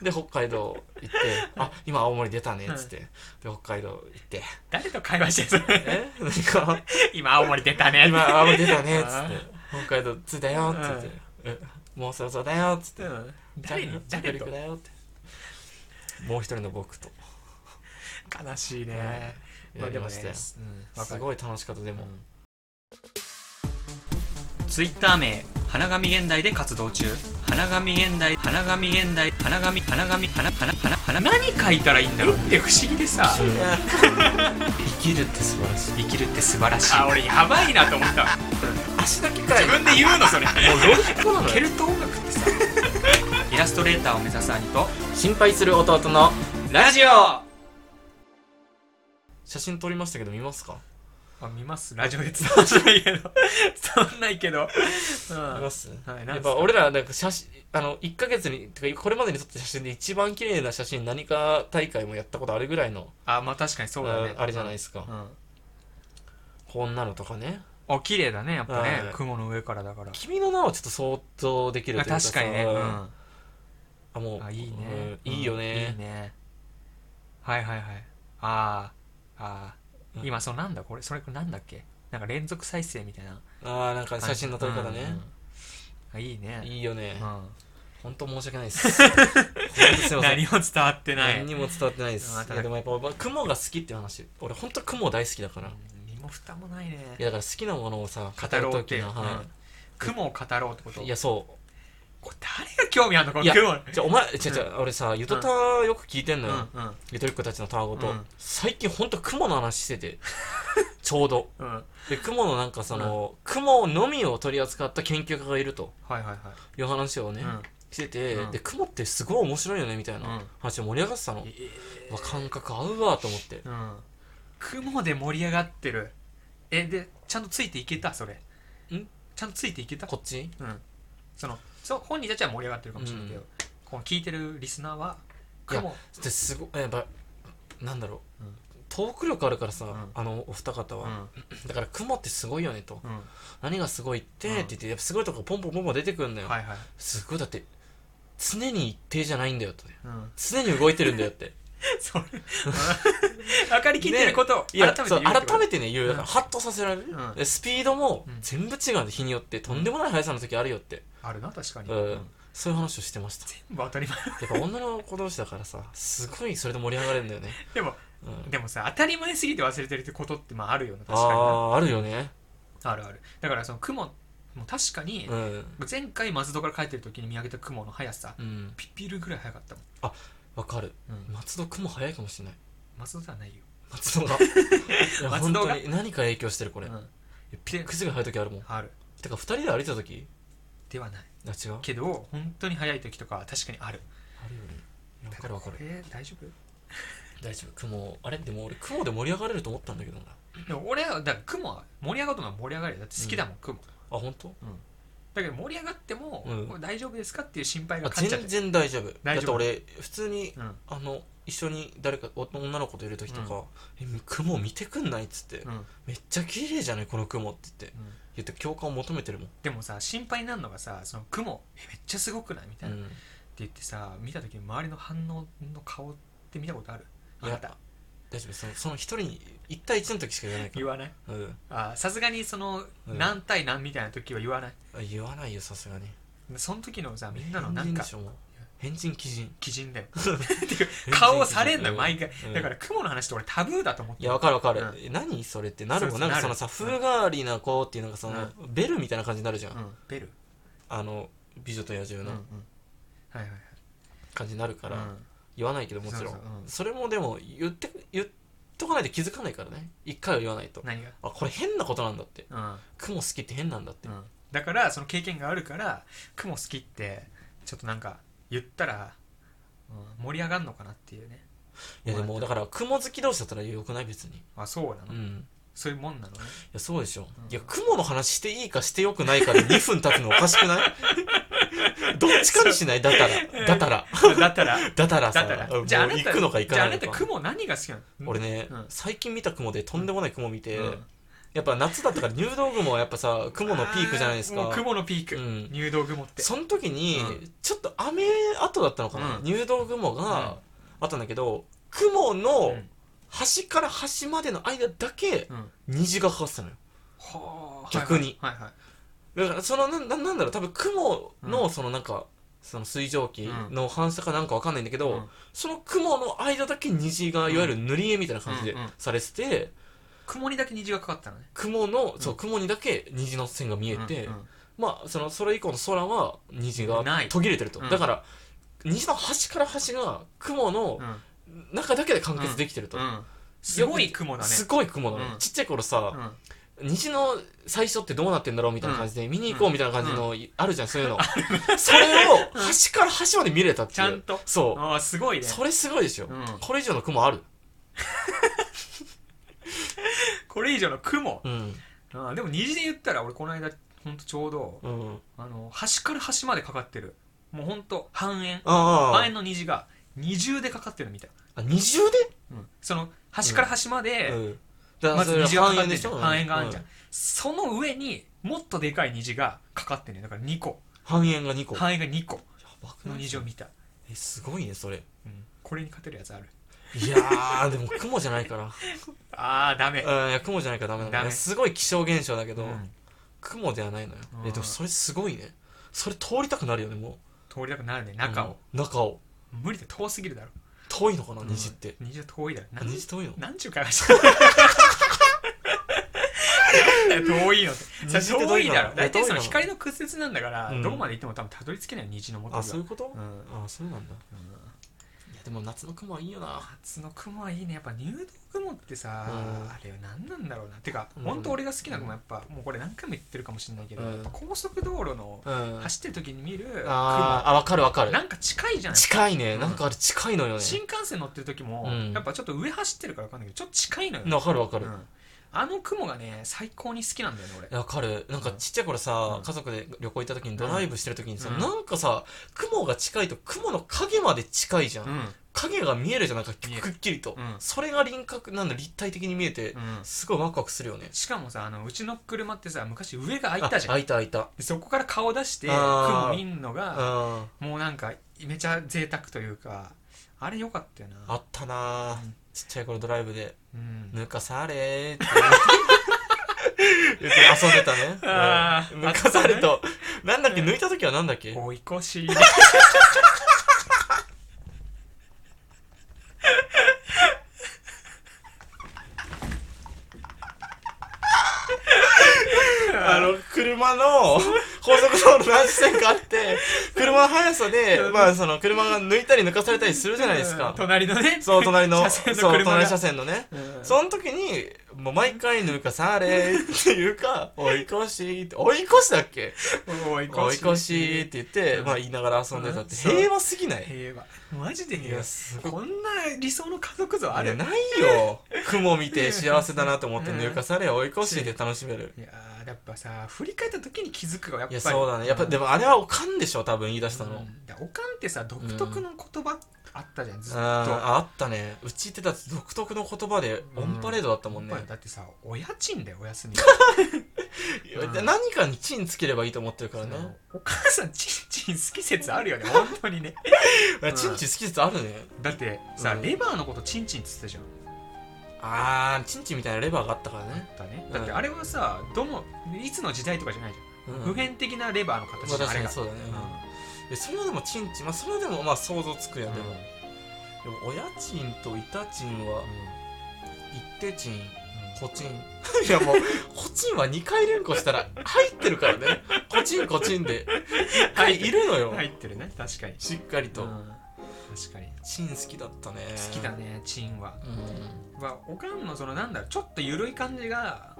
Speaker 2: で北海道 行って「あ今青森出たね」っつって、で北海道行って
Speaker 1: 誰と会話してるそ
Speaker 2: 「
Speaker 1: れ
Speaker 2: え 何か
Speaker 1: 今青森出たね
Speaker 2: 今青森出たね」っつ
Speaker 1: あ
Speaker 2: って「北海道着いたよ」っつってえ「もうそろそろだよ」っつって
Speaker 1: うん
Speaker 2: 「
Speaker 1: 誰に
Speaker 2: 着
Speaker 1: 誰と
Speaker 2: 陸だよ」ってもう一人の僕と
Speaker 1: 悲しいね、
Speaker 2: やりましたよ、
Speaker 1: すうん、
Speaker 2: すごい楽しかったでも、
Speaker 1: ツイッター名花神現代で活動中花神現代花神現代花神花神花花花花何書いたらいいんだろうって不思議でさ
Speaker 2: 生きるって素晴らしい
Speaker 1: 生きるって素晴らしいあ俺やばいなと思った
Speaker 2: 足だけかい
Speaker 1: 自分で言うのそれ
Speaker 2: もうロジックなの
Speaker 1: ケ
Speaker 2: よ
Speaker 1: ルト音楽って さイラストレーターを目指す兄と
Speaker 2: 心配する弟の
Speaker 1: ラジオあ
Speaker 2: 写真撮りましたけど見ますか
Speaker 1: 見ますラジオで伝わんないけど 伝わんないけど、うん、
Speaker 2: 見ます
Speaker 1: はい
Speaker 2: やっぱ俺らなんか写真あの1ヶ月にてかこれまでに撮った写真で一番綺麗な写真何か大会もやったことあるぐらいの
Speaker 1: あまあ確かにそうだね
Speaker 2: ああれじゃないですか、
Speaker 1: うん
Speaker 2: こんなのとかね
Speaker 1: あ綺麗だねやっぱね、
Speaker 2: はい
Speaker 1: 雲の上からだから
Speaker 2: 君の名はちょっと想像できる
Speaker 1: あ
Speaker 2: というか
Speaker 1: 確かにね、うん、
Speaker 2: あもう
Speaker 1: あいいね、
Speaker 2: うんいいよ
Speaker 1: うんい
Speaker 2: ね
Speaker 1: い、ねはいはいはいあーあー
Speaker 2: うん
Speaker 1: 今そうなんだこれそれこれなんだっけなんか連続再生みたいな
Speaker 2: ああなんか写真の撮り方ね、
Speaker 1: うんうんあいいね
Speaker 2: いいよね
Speaker 1: う、ん
Speaker 2: 本当申し訳ない です。本当すいません。
Speaker 1: 何も伝わってない
Speaker 2: 何にも伝わってないです。
Speaker 1: また
Speaker 2: いやでもやっぱ俺、雲が好きっていう話。俺、本当雲大好きだから。い
Speaker 1: 何も蓋もないね
Speaker 2: や、だから好きなものをさ、語
Speaker 1: 語ろ
Speaker 2: る
Speaker 1: うっ
Speaker 2: とき
Speaker 1: て、
Speaker 2: の、は
Speaker 1: うん雲を語ろうってこと
Speaker 2: い。いや、そう。
Speaker 1: これ誰が興味あるのこ
Speaker 2: い
Speaker 1: の
Speaker 2: や
Speaker 1: 雲
Speaker 2: じゃあお前、じゃあじゃあ俺さ、ゆとたよく聞いてんのよ。
Speaker 1: うんうん
Speaker 2: ゆとりっ子たちのたわごと、
Speaker 1: うん
Speaker 2: 最近ほんと雲の話し てて。ちょうど。
Speaker 1: うんはい
Speaker 2: で、雲のなんかその、雲のみを取り扱った研究家がいると
Speaker 1: はいはい
Speaker 2: いう話をね、してて、
Speaker 1: うん
Speaker 2: で、雲ってすごい面白いよねみたいな話で盛り上がってたの。
Speaker 1: うん
Speaker 2: わ感覚合うわと思って。
Speaker 1: うん雲で盛り上がってるえでちゃんとついていけたそれ
Speaker 2: ん
Speaker 1: ちゃんとついていけた
Speaker 2: こっち
Speaker 1: うんそのそう本人たちは盛り上がってるかもしれないけど、
Speaker 2: うん
Speaker 1: この聞いてるリスナーはい
Speaker 2: や
Speaker 1: 雲
Speaker 2: ですごいやっぱなんだろう、
Speaker 1: うん
Speaker 2: トーク力あるからさ、
Speaker 1: ん
Speaker 2: あのお二方
Speaker 1: う
Speaker 2: は、
Speaker 1: ん
Speaker 2: だから雲ってすごいよねと
Speaker 1: うん
Speaker 2: 何がすごいって、
Speaker 1: うん
Speaker 2: って言ってやっぱすごいとこポンポンポンポン出てくるんだよ、
Speaker 1: はいはい、
Speaker 2: すごいだって常に一定じゃないんだよとね
Speaker 1: うん、
Speaker 2: 常に動いてるんだよって
Speaker 1: それ 分かりきってることを
Speaker 2: い
Speaker 1: 改め
Speaker 2: や
Speaker 1: て言う
Speaker 2: そう
Speaker 1: ってこと
Speaker 2: 改めてね言うだから
Speaker 1: うん
Speaker 2: ハッとさせられる、
Speaker 1: うん
Speaker 2: でスピードも
Speaker 1: うん
Speaker 2: 全部違うんで日によってとんでもない速さの時あるよって、
Speaker 1: あるな確かに、
Speaker 2: うんそういう話をしてました
Speaker 1: 全部当たり前
Speaker 2: やっぱ女の子同士だからさすごいそれで盛り上がれるんだよね、
Speaker 1: でも
Speaker 2: うん、
Speaker 1: でもさ当たり前すぎて忘れてるってことってまああるよね確かに
Speaker 2: ああーあるよね
Speaker 1: なあるあるだからその雲も確かに
Speaker 2: う、ん
Speaker 1: 前回松戸から帰ってる時に見上げた雲の速さ
Speaker 2: うん
Speaker 1: ピッピルぐらい速かったも
Speaker 2: わかる
Speaker 1: ん、うん、
Speaker 2: 松戸雲早いかもしれない
Speaker 1: 松戸ではないよ、
Speaker 2: 松戸がい や
Speaker 1: 松
Speaker 2: 本
Speaker 1: 戸が
Speaker 2: 当に何か影響してるこ
Speaker 1: う
Speaker 2: れ、
Speaker 1: ん、
Speaker 2: ピックスが早い時あるもん
Speaker 1: ある
Speaker 2: てか二人で歩いた時
Speaker 1: ではない
Speaker 2: あ違う
Speaker 1: けど本当に速い時とかは確かにある
Speaker 2: あるよねわかるわかる
Speaker 1: えー、大丈夫
Speaker 2: 大丈夫雲あれでも俺雲で盛り上がれると思ったんだけどな
Speaker 1: でも俺はだから雲は盛り上がるとは盛り上がるよだって好きだもん、雲
Speaker 2: あ本当？
Speaker 1: だけど盛り上がっても、
Speaker 2: うん
Speaker 1: これ大丈夫ですかっていう心配が
Speaker 2: あ
Speaker 1: 勝っちゃって
Speaker 2: 全然大丈夫だ
Speaker 1: 大
Speaker 2: っ
Speaker 1: 丈夫
Speaker 2: て俺普通に
Speaker 1: うん
Speaker 2: あの一緒に誰かお女の子といる時とか「え雲見てくんない?」っつって
Speaker 1: うんうん
Speaker 2: 「めっちゃ綺麗じゃないこの雲」って言って言って共感を求めてるもん
Speaker 1: でもさ心配になるのがさその雲えめっちゃすごくないみたいな、って言ってさ見た時に周りの反応の顔って見たことある
Speaker 2: い
Speaker 1: あ
Speaker 2: や
Speaker 1: なた
Speaker 2: 大丈夫そのその一人に一対一の時しか言わないか
Speaker 1: 言わない
Speaker 2: らうん
Speaker 1: あさすがにその、
Speaker 2: うん
Speaker 1: 何対何みたいな時は言わない
Speaker 2: あ言わないよさすがに
Speaker 1: その時のさみんなのなん
Speaker 2: 変人
Speaker 1: か
Speaker 2: でしょもう変人基人
Speaker 1: 基準だ よっていう顔をされんのよ
Speaker 2: うん
Speaker 1: 毎回、
Speaker 2: うん
Speaker 1: だから雲の話って俺タブーだと思っ
Speaker 2: い
Speaker 1: て
Speaker 2: や
Speaker 1: る
Speaker 2: わかるわかる、
Speaker 1: うん
Speaker 2: え何それってなるも
Speaker 1: そ
Speaker 2: ん
Speaker 1: う
Speaker 2: な
Speaker 1: そうん
Speaker 2: かその
Speaker 1: なる
Speaker 2: さ風変わりな子っていうのがその、ベルみたいな感じになるじゃん、
Speaker 1: うんベル
Speaker 2: あの美女と野
Speaker 1: う
Speaker 2: 獣
Speaker 1: んうん
Speaker 2: の
Speaker 1: はいはいはい
Speaker 2: 感じになるから、
Speaker 1: うん
Speaker 2: 言わないけどもちろん
Speaker 1: そ
Speaker 2: そ
Speaker 1: そ
Speaker 2: う
Speaker 1: ううん
Speaker 2: れもでも言って言っとかないと気づかないからね一回は言わないと
Speaker 1: 何が
Speaker 2: あこれ変なことなんだって
Speaker 1: うん
Speaker 2: 雲好きって変なんだって、
Speaker 1: うんだからその経験があるから雲好きってちょっとなんか言ったら、うん盛り上がるのかなっていうね
Speaker 2: いやでもだから雲好き同士だったらよくない別に
Speaker 1: あそうなの、
Speaker 2: うん
Speaker 1: そういうもんなの ね
Speaker 2: いやそうでしょ、
Speaker 1: うん
Speaker 2: いや雲の話していいかしてよくないかで2分経つのおかし くないどっちかにしないだったらだったら
Speaker 1: だったら
Speaker 2: だから
Speaker 1: だ
Speaker 2: さ、
Speaker 1: ったら
Speaker 2: もう
Speaker 1: じゃああな
Speaker 2: 行
Speaker 1: た
Speaker 2: くのか行か
Speaker 1: じゃああ
Speaker 2: ない
Speaker 1: な
Speaker 2: の
Speaker 1: た
Speaker 2: か。
Speaker 1: 雲何が好きなの
Speaker 2: 俺ね、
Speaker 1: うん
Speaker 2: 最近見た雲でとんでもない雲見て、
Speaker 1: うん
Speaker 2: やっぱ夏だったから入道雲はやっぱさ、雲のピークじゃないです
Speaker 1: あーも
Speaker 2: か
Speaker 1: う。雲のピーク、
Speaker 2: うん
Speaker 1: 入道雲って
Speaker 2: その時に、
Speaker 1: う
Speaker 2: ちょっと雨後だったのかな、
Speaker 1: うん
Speaker 2: 入道雲があったんだけど、雲
Speaker 1: う
Speaker 2: の
Speaker 1: ん
Speaker 2: 端から端までの間だけ
Speaker 1: うん
Speaker 2: 虹がかかってたのよ。
Speaker 1: はあ
Speaker 2: 逆に
Speaker 1: はいはい
Speaker 2: だからそのな、ななんだろう、多分雲
Speaker 1: う
Speaker 2: のそのなんか、その水蒸気の反射かなんかわかんないんだけど、
Speaker 1: うん
Speaker 2: その雲の間だけ虹がいわゆる塗り絵みたいな感じで
Speaker 1: うんうん
Speaker 2: されてて、
Speaker 1: 雲にだけ虹がかかったのね
Speaker 2: 雲の、
Speaker 1: ん
Speaker 2: そう、雲にだけ虹の線が見えて、
Speaker 1: うんうん
Speaker 2: まあ、その、それ以降の空は虹が
Speaker 1: ない
Speaker 2: 途切れてると。
Speaker 1: うん
Speaker 2: だから、虹の端から端が雲の
Speaker 1: うん
Speaker 2: 中だけで完結できてると。
Speaker 1: うんすごい雲だね
Speaker 2: すごい雲だね。
Speaker 1: うん
Speaker 2: ちっちゃい頃さ、虹の最初ってどうなってんだろうみたいな感じで、見に行こうみたいな感じの、あるじゃん、そうい うの。それを、端から端まで見れたっていう。
Speaker 1: ちゃんとう
Speaker 2: そ。
Speaker 1: ん、ああすごいうね
Speaker 2: それすごいでしょ
Speaker 1: うん。
Speaker 2: これ以上の雲ある
Speaker 1: これ以上の雲、
Speaker 2: うん。
Speaker 1: ああでも虹で言ったら俺この間ほんとちょうど
Speaker 2: うん。
Speaker 1: あの端から端までかかってるもうほんと半円半
Speaker 2: あ
Speaker 1: 円の虹が二重でかかってるみたい、
Speaker 2: あ。二重
Speaker 1: その端から端まで、
Speaker 2: でうん。だから
Speaker 1: まず
Speaker 2: それ
Speaker 1: 虹がかかってんじゃん
Speaker 2: 半円でしょ
Speaker 1: 半円があるじゃん、
Speaker 2: う
Speaker 1: その上にもっとでかい虹がかかってんねだから2個
Speaker 2: 半円が2個。
Speaker 1: 半円が2個
Speaker 2: やばく
Speaker 1: の
Speaker 2: ない
Speaker 1: 虹を見た、
Speaker 2: えすごいねそれ
Speaker 1: うんこれに勝てるやつある
Speaker 2: いやーでも雲じゃな いから
Speaker 1: ああダメ
Speaker 2: うんいや雲じゃないからダメな
Speaker 1: ダ
Speaker 2: の
Speaker 1: メ
Speaker 2: すごい気象現象だけど、
Speaker 1: うん
Speaker 2: 雲ではないのよ
Speaker 1: うん
Speaker 2: えでもそれすごいねそれ通りたくなるよねも
Speaker 1: 通りたくなるね中を、
Speaker 2: うん中を
Speaker 1: 無理で遠すぎるだろ
Speaker 2: 遠いのかな虹って、
Speaker 1: 虹は遠いだろ
Speaker 2: あ虹遠いの
Speaker 1: 何ちゅう会社なんだよ遠いのって
Speaker 2: 虹って
Speaker 1: それ
Speaker 2: どう
Speaker 1: 遠
Speaker 2: いう
Speaker 1: い
Speaker 2: の
Speaker 1: だろ大体その
Speaker 2: いや遠いの
Speaker 1: 光の屈折なんだから、
Speaker 2: うん
Speaker 1: どこまで行っても多分たどり着けないよ虹のもと
Speaker 2: あそうい
Speaker 1: に
Speaker 2: うこと、
Speaker 1: はうん
Speaker 2: あそうなんだいやでも夏の雲はいいよな
Speaker 1: 夏の雲はいいねやっぱ入道雲ってさ、
Speaker 2: うん
Speaker 1: あれは何なんだろうなてか、
Speaker 2: うん
Speaker 1: 本当俺が好きなのもやっぱもうこれ何回も言ってるかもしれないけど、
Speaker 2: うん
Speaker 1: やっぱ高速道路の
Speaker 2: うん
Speaker 1: 走ってる時に見る雲
Speaker 2: あーあ分かる分かる
Speaker 1: なんか近いじゃない
Speaker 2: 近いね、
Speaker 1: うん
Speaker 2: なんかあれ近いのよね
Speaker 1: 新幹線乗ってる時も、
Speaker 2: うん
Speaker 1: やっぱちょっと上走ってるから分かんないけどちょっと近いのよ、
Speaker 2: 分かる分かる、
Speaker 1: うんあの雲がね最高に好きなんだよね俺
Speaker 2: わかるなんかちっちゃい頃さ、
Speaker 1: うん
Speaker 2: 家族で旅行行った時にドライブしてる時にさ、
Speaker 1: うん
Speaker 2: なんかさ雲が近いと雲の影まで近いじゃん、
Speaker 1: う
Speaker 2: 影が見えるじゃんなんか
Speaker 1: 見える
Speaker 2: くっきり
Speaker 1: う
Speaker 2: と、
Speaker 1: ん
Speaker 2: それが輪郭なんだ立体的に見えて、
Speaker 1: ん、うん、
Speaker 2: すごいワクワクするよね
Speaker 1: しかもさあのうちの車ってさ昔上が開いたじゃん
Speaker 2: あ開いた開いた
Speaker 1: でそこから顔出して
Speaker 2: あー
Speaker 1: 雲見んのが
Speaker 2: あ
Speaker 1: もうなんかめちゃ贅沢というかあれよかったよな
Speaker 2: あったなあ
Speaker 1: うん
Speaker 2: ちっちゃい頃ドライブで
Speaker 1: うん
Speaker 2: 「抜かさ れ」って言って遊んでたね
Speaker 1: あー
Speaker 2: うん抜かされとなんだっけ
Speaker 1: うん
Speaker 2: 抜いた時はなんだっけ
Speaker 1: 追い越し
Speaker 2: あの、車の高速道路何線かあ って、車の速さで、まあその車が抜いたり抜かされたりするじゃないです
Speaker 1: うん
Speaker 2: か。
Speaker 1: 隣のね
Speaker 2: そう、隣の、
Speaker 1: 車
Speaker 2: そ
Speaker 1: 線
Speaker 2: う、
Speaker 1: の車
Speaker 2: 隣
Speaker 1: が
Speaker 2: 車線のね。
Speaker 1: うん
Speaker 2: その時に、もう毎回抜かされっていうか、追い越しって、追い越しだっけ
Speaker 1: 追い
Speaker 2: 追い越しって言って
Speaker 1: う、ん
Speaker 2: まあ言いながら遊んでたって、
Speaker 1: うんそう
Speaker 2: 平和すぎない
Speaker 1: 平和マジで
Speaker 2: い
Speaker 1: 平
Speaker 2: や、
Speaker 1: 和
Speaker 2: すごい。
Speaker 1: こんな理想の家族像
Speaker 2: あ
Speaker 1: あ
Speaker 2: れ
Speaker 1: る
Speaker 2: な いよ。雲見て幸せだなと思って
Speaker 1: うん
Speaker 2: 抜かされ、追い越しで楽しめる。
Speaker 1: いやーやっぱさ振り返った時に気づくわやっぱ
Speaker 2: い
Speaker 1: り
Speaker 2: や、そうだね。やっぱ、でもあれはおかんでしょ、多分言い出したの。
Speaker 1: うんだからおかんってさ独特の言葉あったじゃん、ずっと
Speaker 2: あーあったねうちってだって独特の言葉で
Speaker 1: うん
Speaker 2: オンパレードだったもんね
Speaker 1: や、っぱだってさお家賃だよお休み
Speaker 2: いや
Speaker 1: うん
Speaker 2: 何かにチンつければいいと思ってるから
Speaker 1: そ
Speaker 2: ね
Speaker 1: のお母さんチンチン好き説あるよね本当にねん
Speaker 2: チンチン好き説あるね
Speaker 1: だってさ、
Speaker 2: うん
Speaker 1: レバーのことチンチンって言ってたじゃん
Speaker 2: あーチンチンみたいなレバーがあったからね、
Speaker 1: だ,、ね
Speaker 2: うん
Speaker 1: だってあれはさどのいつの時代とかじゃないじゃ
Speaker 2: うん
Speaker 1: ん、普遍的なレバーの形
Speaker 2: まあ
Speaker 1: じゃんあ
Speaker 2: 確か
Speaker 1: れ
Speaker 2: に
Speaker 1: が
Speaker 2: そうだね、
Speaker 1: うん
Speaker 2: えそれはでもチンチンまあそれはでもまあ想像つくやんでも、
Speaker 1: うん
Speaker 2: でもお家賃と板賃は一定賃 コチンいやもうコチンは2回連呼したら入ってるからねコチンコチンで1回いるのよ、
Speaker 1: うん入ってるね確かに、
Speaker 2: しっかりと、
Speaker 1: うん確かに
Speaker 2: チン好きだったね
Speaker 1: 好きだねチンは、
Speaker 2: うん
Speaker 1: まあ、おかんのそのなんだろうちょっと緩い感じが、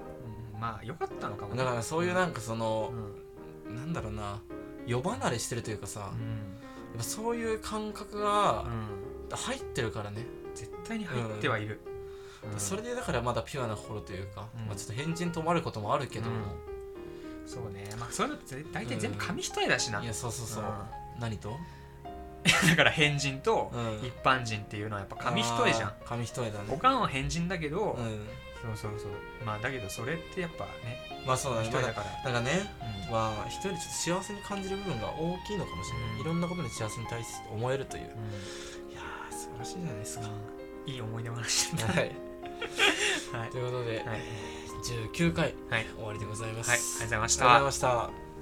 Speaker 1: うんまあ良かったのかもね
Speaker 2: だからそういうなんかそうの、
Speaker 1: ん
Speaker 2: なんだろうな世離れしてるというかさ、
Speaker 1: う
Speaker 2: や
Speaker 1: ん
Speaker 2: っぱそういう感覚
Speaker 1: う
Speaker 2: が
Speaker 1: ん
Speaker 2: 入ってるからね、
Speaker 1: 絶対に入ってはいる、うん
Speaker 2: それでだからまだピュアな心というか、
Speaker 1: うん
Speaker 2: まあ、ちょっと変人と思われることもあるけども、
Speaker 1: そうねまあそういうのって大体全部紙一重だしな、
Speaker 2: いやそうそうそう、
Speaker 1: う
Speaker 2: 何と、
Speaker 1: だから変人と
Speaker 2: うん
Speaker 1: 一般人っていうのはやっぱ紙一重じゃん
Speaker 2: あー紙一重だ
Speaker 1: お
Speaker 2: ね
Speaker 1: かんは変人だけど、
Speaker 2: うん
Speaker 1: そうそうそうまあだけどそれってやっぱね
Speaker 2: まあそうだ
Speaker 1: 一
Speaker 2: ね
Speaker 1: 人
Speaker 2: ま
Speaker 1: だ
Speaker 2: だ
Speaker 1: から、
Speaker 2: だからね
Speaker 1: うん
Speaker 2: まあ一人でちょっと幸せに感じる部分が大きいのかもしれない、
Speaker 1: うん
Speaker 2: いろんなことに幸せに対して思えるという
Speaker 1: うん
Speaker 2: いやー素晴らしいじゃないですか、
Speaker 1: いい思い出話だね
Speaker 2: は
Speaker 1: は
Speaker 2: い
Speaker 1: い、はい
Speaker 2: ということで、
Speaker 1: はい
Speaker 2: 19回、
Speaker 1: はい
Speaker 2: 終わりでございま
Speaker 1: はい、ありがとう
Speaker 2: す、
Speaker 1: ございまし
Speaker 2: ありがとうござい
Speaker 1: た
Speaker 2: ました